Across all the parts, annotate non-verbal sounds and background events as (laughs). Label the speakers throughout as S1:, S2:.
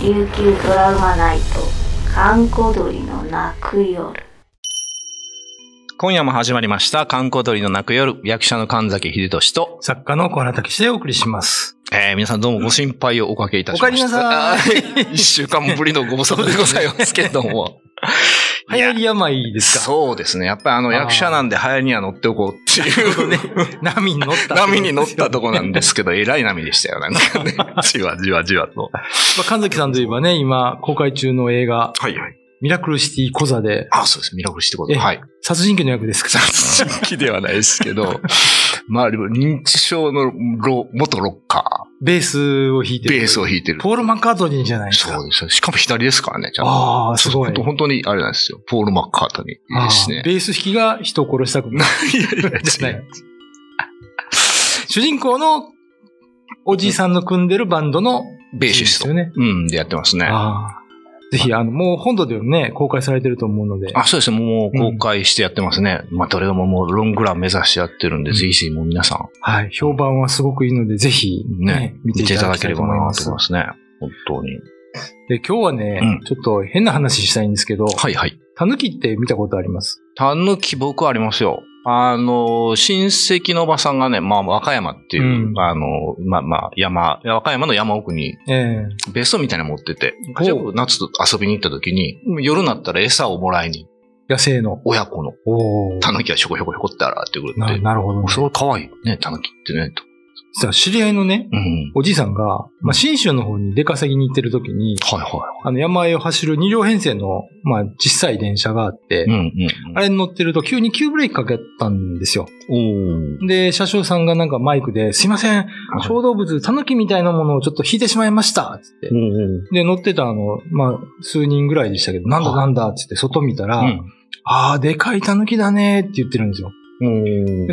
S1: 琉球ドラマナイト閑古鳥の泣く夜
S2: 今夜も始まりました、観光鳥の泣く夜、役者の神崎秀俊と、
S3: 作家の小原武史でお送りします。
S2: えー、皆さんどうもご心配をおかけいたしました。
S3: おかえりなさい
S2: あー (laughs) 一週間ぶりのご無沙汰でございますけれども。
S3: 流行り病です
S2: (laughs)
S3: か
S2: そうですね。やっぱりあの
S3: あー
S2: 役者なんで流行りには乗っておこうって (laughs) いう、
S3: ね波に乗った。
S2: 波に乗ったとこなんですけど、えらい波でしたよ。なんか (laughs) ね、じわじわじわと。
S3: まあ、神崎さんといえばね、今、公開中の映画、
S2: はいはい。
S3: ミラクルシティコザで、
S2: あ、そうです。ミラクルしてこと。
S3: え
S2: はい。
S3: 殺人鬼の役ですか
S2: 殺人鬼ではないですけ (laughs) ど、まあ、でも認知症のロ元ロッカ
S3: ベースを弾い
S2: ー、
S3: てる。
S2: ベースを弾いてる。
S3: ポール・マッカートニーじゃないですか。
S2: そうですよ。しかも左ですからね、ちゃんと。
S3: ああ、すごい。
S2: 本当本当にあれなんですよ。ポール・マッカートニーです
S3: あー
S2: ね。
S3: ベース弾きが人を殺したくない
S2: いやいや
S3: じゃ
S2: い
S3: な
S2: や
S3: い。 (laughs) 主人公のおじいさんの組んでるバンドの
S2: ベーシス
S3: です
S2: ト
S3: よ。ね。
S2: うん、でやってますね。あ
S3: ああ。ぜひ、あの、もう本土でもね、公開されてると思うので。
S2: そうですね。もう公開してやってますね。まあ、どれももうロングラン目指してやってるんで、
S3: うん
S2: ぜひぜひもう皆さ
S3: はい。評判はすごくいいので、ぜひ、
S2: ん
S3: ね、
S2: ね、見
S3: 見て
S2: て
S3: い
S2: い
S3: た
S2: た
S3: だ
S2: だ
S3: け
S2: け
S3: れ
S2: れ
S3: ば
S2: ば
S3: と
S2: な
S3: 思いま
S2: と
S3: す
S2: 思い。ますね。本当に。
S3: で、今日はね、
S2: うん
S3: ちょっと変な話したいんですけど、
S2: はいはい。
S3: タヌキって見たことあります
S2: たぬき僕ありますよ。あの、親戚のおばさんがね、まあ、和歌山っていう、
S3: うん
S2: あの、まあまあ、山、和歌山の山奥に
S3: ええ
S2: 別荘みたいなの持ってて、よく夏と遊びに行った時に、夜になったら餌をもらいに、
S3: 野生の。
S2: 親子の
S3: おお。
S2: タヌキがひょこひょこひょこって現れてくるっ
S3: な
S2: て。
S3: なるほど、ね。
S2: すごい可愛いね、タヌキってね、と。
S3: 実は知り合いのね、
S2: うん。
S3: おじいさんが、まあ、信州の方に出稼ぎに行ってる時に、
S2: はいは
S3: あの、山あいを走る二両編成の、まあ、小さい電車があって、
S2: い。うんうん。
S3: あれに乗ってると急に急ブレーキかけたんですよ。
S2: おー
S3: で、車掌さんがなんかマイクで、すいません、小動物、タヌキみたいなものをちょっと引いてしまいましたつって
S2: お。ー
S3: で、乗ってたあの、まあ、数人ぐらいでしたけど、なんだなんだっつって外見たら、
S2: うん
S3: ああ、でかいタヌキだねって言ってるんですよ。
S2: お
S3: で、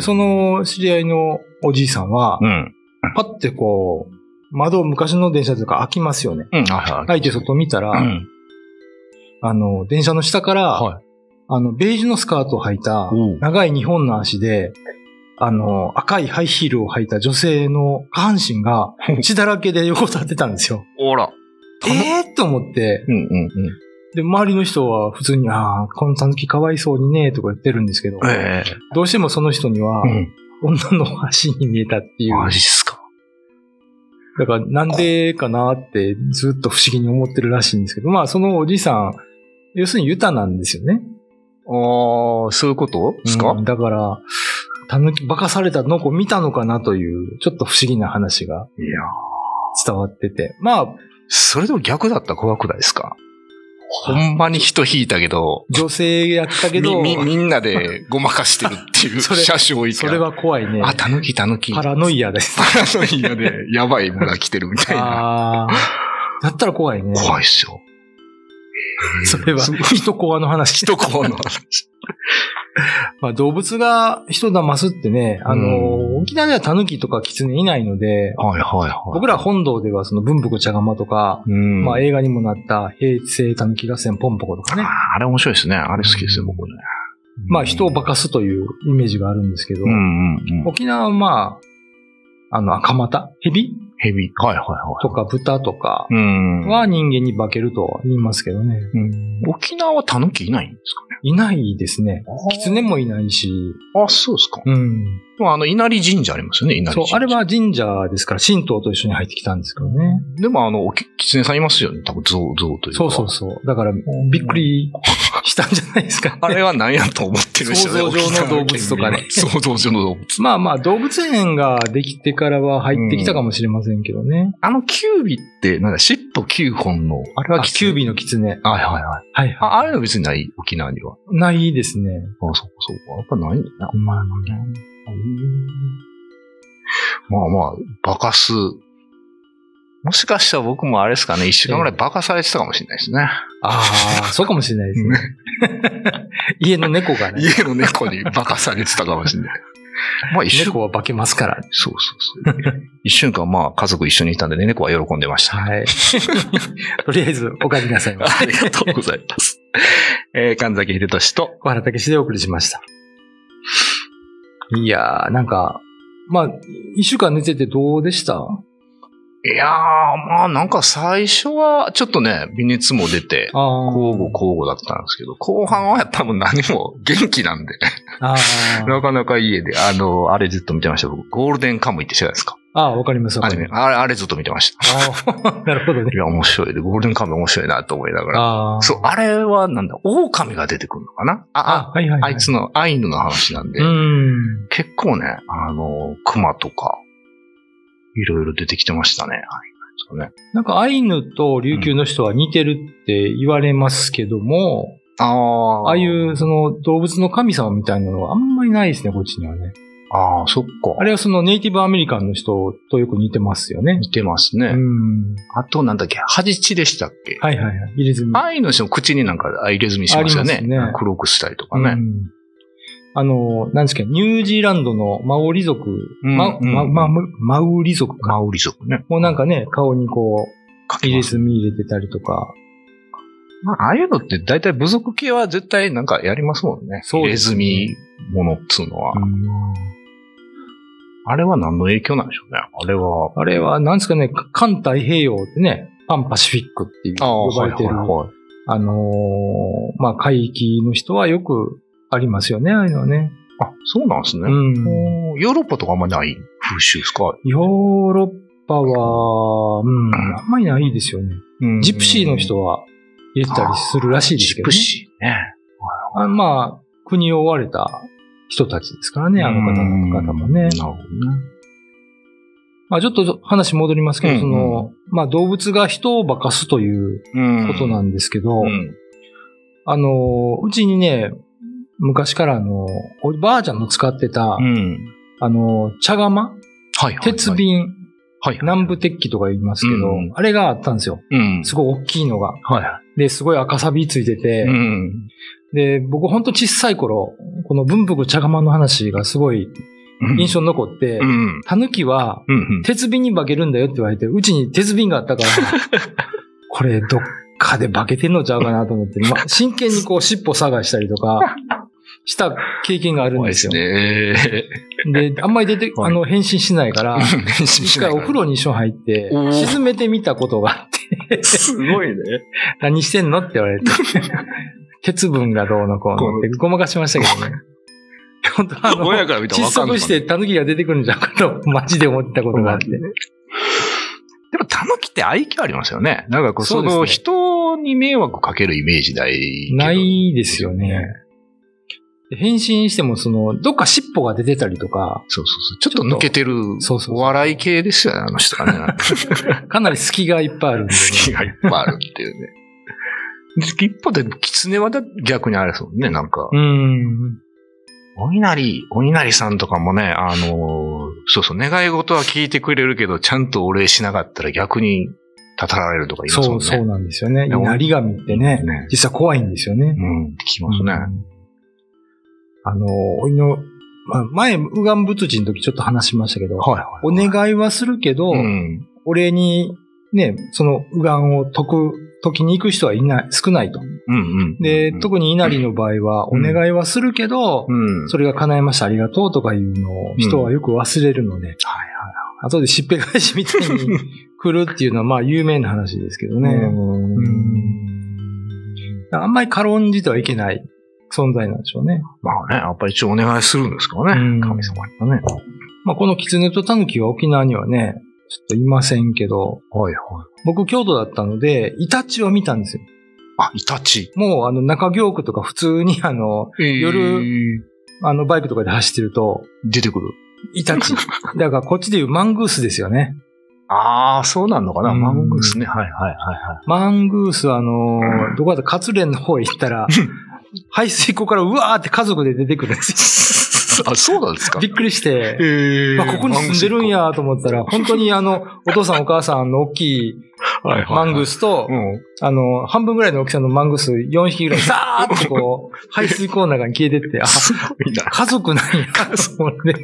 S2: ー
S3: そ、の知り合いのおじいさんは、
S2: うん。
S3: パッてこう、窓を昔の電車というか開きますよね。
S2: うん、はいはい。
S3: 開いて外見たら、
S2: うん。
S3: あの、電車の下から、
S2: は
S3: あの、ベージュのスカートを履いた
S2: おう、
S3: 長い2本の足で、あの、赤いハイヒールを履いた女性の下半身が血だらけで横たってたんですよ。
S2: おら。
S3: えー、と思って、
S2: うんうんうん。
S3: で、周りの人は普通に、ああ、このタヌキかわいそうにね、とか言ってるんですけど、
S2: ええ。
S3: どうしてもその人には、
S2: うん。
S3: 女の足に見えたっていう。
S2: マジっすか。
S3: だからなんでかなってずっと不思議に思ってるらしいんですけど、まあそのおじさん、要するにユタなんですよね。
S2: あー、そういうことですか
S3: うんだから、たぬき、化かされたのを見たのかなという、ちょっと不思議な話が
S2: いやー
S3: 伝わってて。まあ、
S2: それでも逆だったら怖くないですかほんまに人引いたけど、
S3: 女性やったけど、
S2: み、み、みんなでごまかしてるっていう
S3: それ
S2: 車種多い
S3: そ
S2: か
S3: れ
S2: ら。
S3: は怖いね。
S2: あ、タヌキタヌキ。
S3: パラノイアです。
S2: パラノイアで、やばい村来てるみたいな。
S3: ああ。だったら怖いね。
S2: 怖いっすよ。
S3: それは、
S2: すごい
S3: 人コアの話。
S2: 一コアの話。
S3: まあ、動物が人騙すってね、あ
S2: うん
S3: の、沖縄ではタヌキとかキツネいないので、
S2: はいはいはい。
S3: (laughs) 僕ら本堂ではその文福茶釜とか、
S2: うん。
S3: まあ
S2: え
S3: 映画にもなった平成狸合戦ポンポコとかね。
S2: あれ面白いですね。あれ好きですね、僕ね。
S3: まあ人を化かすというイメージがあるんですけど、
S2: うんうんうん。
S3: 沖縄はまあ、あの赤股、蛇
S2: ヘビ。はいはいはい。
S3: とか豚とか
S2: うん。
S3: は人間に化けるとは言いますけどね。
S2: うん沖縄はタヌキいないんです
S3: いないですね。
S2: かね。
S3: 狐もいないし、
S2: あ、そうですか。
S3: うん。
S2: まあ、あの、稲荷神社ありますよね、稲荷
S3: そう
S2: 神、社。
S3: あれは神社ですから神道と一緒に入ってきたんですけどね。
S2: でも、あの、おき狐さんいますよね。多分、象、象というか。
S3: そうそうそう。だからびっくりしたんじゃないですか、 (laughs) ね。
S2: (laughs) あれは何やと思ってる人ね
S3: 想像上の動物とかね
S2: 沖縄県民は想像上の動物。
S3: まあまあ、動物園ができてからは入ってきたかもしれませんけどね。
S2: あの、キュービって、なんだ、尻尾9本の。あれ
S3: あ、キュ
S2: ビ。
S3: ービーの狐。
S2: はいはいはい。
S3: はいは
S2: あ、あれは別にない、沖縄には。
S3: い。ないですね。
S2: あ、そうかそうか。やっぱないんだな。まあまあ、まあ、バカす。もしかしたら僕もあれですかね、一週間ぐらいバカされてたかもしれないですね。
S3: ああ、そうかもしれないですね。 (laughs) 家の猫が
S2: (laughs)
S3: ね、
S2: 家の猫にバカされてたかもしれない。 (laughs) まあ一週間
S3: 猫は化けますから。
S2: そう (laughs) そうそう。一瞬間、まあ、家族一緒にいたんでね、猫は喜んでました。
S3: (laughs) はい。とりあえず、お帰りなさいませ。
S2: ありがとうございます。えー、神崎秀俊と、
S3: 小原武史でお送りしました。いやー、なんか、まあ、一週間寝ててどうでした
S2: いやー、まあなんか最初はちょっとね、微熱も出て、
S3: あー
S2: 交互交互だったんですけど、後半は多分何も元気なんで、
S3: あー。
S2: なかなか家で、あの、あれずっと見てました。僕、ゴールデンカムイって知らないですか
S3: (laughs) ああ、わかります。わ
S2: ア
S3: か
S2: ニメ。
S3: ります。
S2: あれ、あれずっと見てました。
S3: ああ、 (laughs) なるほどね
S2: い。や、面白いで、ゴールデンカムイ面白いなと思いながら。
S3: ああ。
S2: そう、あれはなんだ、狼が出てくるのかな
S3: あ
S2: あ、あ、、
S3: はいはい、は
S2: あ
S3: い。
S2: いつのアイヌの話なんで、
S3: うん。
S2: 結構ね、あの、熊とか、いろいろ出てきてましたね。はいね
S3: なんかアイヌと琉球の人は似てるって言われますけども、
S2: ああ。
S3: ああい。うその動物の神様みたいなのはあんまりないですね、こっちにはね。
S2: ああ、そっか。
S3: あれはそのネイティブアメリカンの人とよく似てますよね。
S2: 似てますね。
S3: うん。
S2: あと、なんだっけ、ハジチでしたっけ、
S3: はいはいはい。入れ墨。
S2: アイヌの人の口になんかあ入れ墨しますよ
S3: あ
S2: ね。
S3: りますね
S2: 黒くしたりとか
S3: う
S2: ね。
S3: んあの、なんですか、ニュージーランドのマオリ族、
S2: うん
S3: マ
S2: うん
S3: マママウリ族か。
S2: マウリ族ね。
S3: もうなんかね、顔にこ
S2: 書
S3: う、
S2: き
S3: 入
S2: ま
S3: れ
S2: す。
S3: 墨入れてたりとか。
S2: まあ、ああいうのって大体部族系は絶対なんかやりますもんね。
S3: そう
S2: 入
S3: で
S2: れ
S3: すね
S2: 墨ものっつうのは。
S3: うん
S2: あれは何の影響なんでしょうね。あれは。
S3: あれは、なんですかね、環太平洋ってね、パンパシフィックっていう呼ばれてる、あ,、
S2: はい
S3: のーまあ、海域の人はよくありますよね、ああいうのはね。
S2: あ、そうなんですね。
S3: うん。
S2: おーヨーロッパとかあんまない風習ですか、
S3: ヨーロッパは、うん、あんまりないですよね。ジプシーの人は入れてたりするらしいです
S2: ジ
S3: けど
S2: プ
S3: ね。
S2: シーね。
S3: あまあ、国を追われた人たちですからね、あの方
S2: うん
S3: 々もね
S2: なる。ほどね。
S3: まあちょっと話戻りますけど、
S2: うん
S3: その、まあ動物が人を化かすという
S2: うん
S3: ことなんですけど、
S2: うん
S3: あの、うちにね、昔からあの、おばあちゃんの使ってた、
S2: うん。
S3: あの、茶釜
S2: はいはいはい。
S3: 鉄瓶、
S2: はい。
S3: 南部鉄器とか言いますけど、
S2: うん
S3: あれがあったんですよ。
S2: うん。
S3: すごい大きいのが。
S2: は
S3: で、すごい赤サビついてて、
S2: い。うん。
S3: で、僕ほんと小さい頃、この文福茶釜の話がすごい印象に残って
S2: う、ん。
S3: タヌキは
S2: うんうん。
S3: 鉄瓶に化けるんだよって言われて、うちに鉄瓶があったから、
S2: (laughs)
S3: これどっかで化けてんのちゃうかなと思って、まあ、真剣にこう尻尾探したりとか、した経験があるん
S2: 怖いで
S3: で
S2: すす
S3: よ。
S2: ね。
S3: であんまり出て、
S2: はい
S3: あの、変身しないから、一回お風
S2: 呂。
S3: 呂に一緒に入って
S2: お、ー
S3: 沈めてみたことがあって、
S2: すごい (laughs) ね。
S3: 何してんのって言われて、鉄分がどうのこうのってごまかしましたけどね。本当あ
S2: (laughs)
S3: の、
S2: 親から見たら
S3: 窒
S2: わかんない。
S3: 息して狸が出てくるんじゃんかと、マジで思ったことがあって。
S2: でも、タヌキって愛嬌ありますよね。なんかこう、
S3: そう
S2: そ
S3: ですね
S2: の人に迷惑かけるイメージないけど。
S3: ないですよね。で変身しても、その、どっか尻尾が出てたりとか、
S2: そうそうそう。ちょっと抜けてる、
S3: そうそうそう
S2: お笑い系ですよね、あの人がね。
S3: (laughs) かなり隙がいっぱいあるんで、ね。
S2: 好きがいっぱいあるって (laughs) いうね。で一方で、狐はだ逆にあれですもんね、なんか。
S3: うん。
S2: お稲荷、お稲荷さんとかもね、あのーそうそう、願い事は聞いてくれるけど、ちゃんとお礼しなかったら逆に立たられるとか言います
S3: そ
S2: もん
S3: う、
S2: ね。
S3: そうなんですよね。
S2: でも
S3: 稲荷神ってね、
S2: ね
S3: 実は怖いんですよね。
S2: うん、聞きますね。
S3: うんあの、おいの、まあ、前、ウガン仏人の時ちょっと話しましたけど、
S2: はいはい。
S3: お願いはするけど、
S2: うん。
S3: お礼に、ね、その、ウガンを解く、解きに行く人はいない、少ないと。
S2: うんうん。
S3: で、
S2: うん、
S3: 特に稲荷の場合は、お
S2: うん
S3: 願いはするけど、
S2: うん。
S3: それが叶えました、ありがとうとかいうのを人はよく忘れるので、
S2: はい
S3: 後でしっぺ返しみたいに来るっていうのはまあ有名な話ですけ
S2: (laughs)
S3: どね。うんあんまり軽んじてはいけない存在なんでしょうね。
S2: まあね、やっぱ一応お願いするんですから
S3: うん
S2: ね。神様にはね。
S3: まあこの狐と狸は沖縄にはね、ちょっといませんけど、
S2: はいはい。
S3: 僕京都だったので、イタチは見たんですよ。
S2: あ、イタチ。
S3: もうあの中京区とか普通にあの、夜あのバイクとかで走ってると、
S2: 出てくる。
S3: イタチ。だからこっちでいうマングースですよね。
S2: ああ、そうなんのかな。
S3: うん
S2: マングースね。はいはいは
S3: マングース、あのーどこだったか、カツレンの方へ行ったら、排水溝からうわーって家族で出てくるんで
S2: (laughs)
S3: す
S2: いはい。あ、そうなんです
S3: よ。
S2: か
S3: びっくりして、
S2: え
S3: あここに住んでるん。やと思ったら、本当にあの、お父さんお母さんの大きい
S2: はいはい。
S3: マングー
S2: ス。
S3: スと
S2: う、ん。 (laughs)
S3: あの、半分ぐらいの大きさのマングース4匹ぐらいザーってこう、排水溝の中に消えてって、あ、
S2: すごいな。
S3: 家族なんやと思って、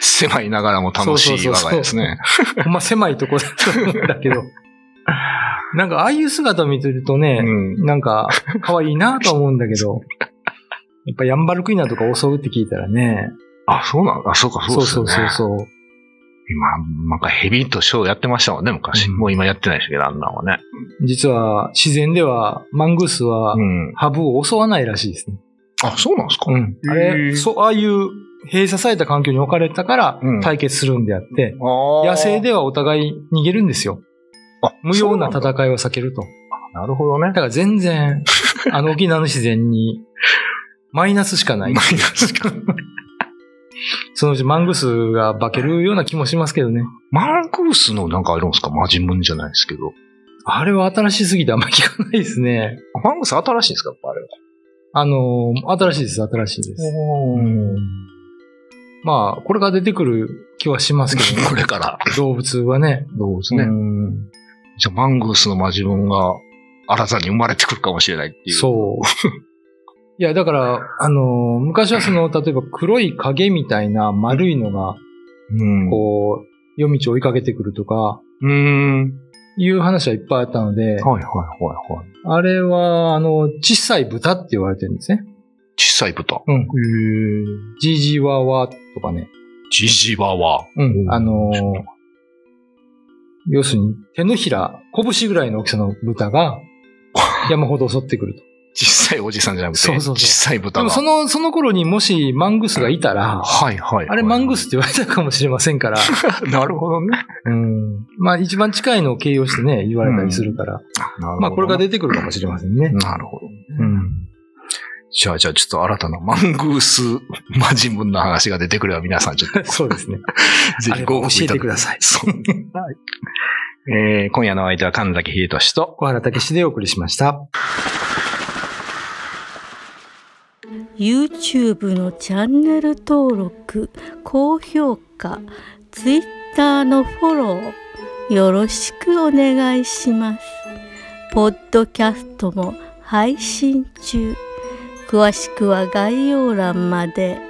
S2: 狭いながらも楽しい我が家ですね。
S3: ほんま狭いとこだと思うんだけど、なんかああいう姿見てるとね、
S2: うん。
S3: なんか、可愛いなとは思うんだけ
S2: (laughs)
S3: ど、やっぱヤンバルクイナとか襲うって聞いたらね、
S2: あ、そうなんあ、そうか、そうです
S3: そ
S2: よ
S3: う
S2: ね。
S3: そうそう
S2: 今、なんかヘビーとショーやってましたもんね、昔。
S3: うん
S2: もう今やってないですけど、あんなんはね。
S3: 実は、自然では、マングースは
S2: う、ん。
S3: ハブを襲わないらしいですね。
S2: あ、そうなんですか、
S3: うん。あ
S2: へー
S3: れ、そう、ああいう閉鎖された環境に置かれたから
S2: うん、
S3: 対決するんであって、
S2: あー
S3: 野生、ではお互い逃げるんですよ。
S2: あ
S3: 無用な
S2: そうだ
S3: 戦いを避けると。
S2: なるほどね
S3: だ。から
S2: (laughs)
S3: 全然、あの沖縄の自然に、マイナスしかな
S2: マ
S3: い
S2: イナ。スか。
S3: そのうちマングースが化けるような気もしますけどね。
S2: (laughs) マングースのなんかあるんですかマジムンじゃないですけど。
S3: あれは新しすぎてあんまり聞かないですね。
S2: あマングース新しいんですかやっぱあれは。
S3: あの、新しいです、新しいです。うん
S2: (laughs)
S3: まあ、これから出てくる気はしますけど、
S2: (laughs)
S3: ね、
S2: これから。
S3: 動物はね。
S2: どうですね。
S3: うん
S2: じゃあ、マングースのマジムンが新たに生まれてくるかもしれないっていう。う。
S3: そう。いや、だから、あの、昔はその、例えば黒い影みたいな丸いのが、
S2: うん。う
S3: こう、夜道を追いかけてくるとか、
S2: ーん。
S3: いう話はいっぱいあったので、
S2: はいはいはいはい。
S3: あれは、あの、小さい豚って言われてるんですね。
S2: 小さい豚。
S3: うん。ジージーワーワーとかね。
S2: ジジバは。
S3: うん
S2: うん
S3: あのー要するに手のひら、拳ぐらいの大きさの豚が
S2: (laughs)
S3: 山ほど襲ってくると。
S2: 小さいおじさんじゃなくて、
S3: そうそうそう
S2: 小さい豚
S3: で
S2: が。
S3: もその、その頃にもしマングスがいたら、
S2: はいはいはい。
S3: あれマングスって言われたかもしれませんから、
S2: (laughs) なるほどね。
S3: うんまあ一番近いのを形容してね、言われたりするから、 (laughs) まあこれが
S2: で、
S3: 出てくるかもしれませんね。
S2: なるほど。
S3: うん
S2: じゃあ、じゃあ、ちょっと新たなマングースマジムンの話が出てくれば皆さん
S3: (laughs)
S2: ちょっと
S3: そうですね。
S2: ぜ
S3: あ
S2: ひ
S3: れ
S2: ご
S3: 教
S2: 応募い
S3: え
S2: ただ
S3: て
S2: き
S3: ください。 (laughs)
S2: そう。えー今夜のお相手は神崎秀俊と、
S3: 小原武史でお送りしました。
S4: YouTube のチャンネル登録高評価 Twitter のフォローよろしくお願いしますポッドキャストも配信中詳しくは概要欄まで。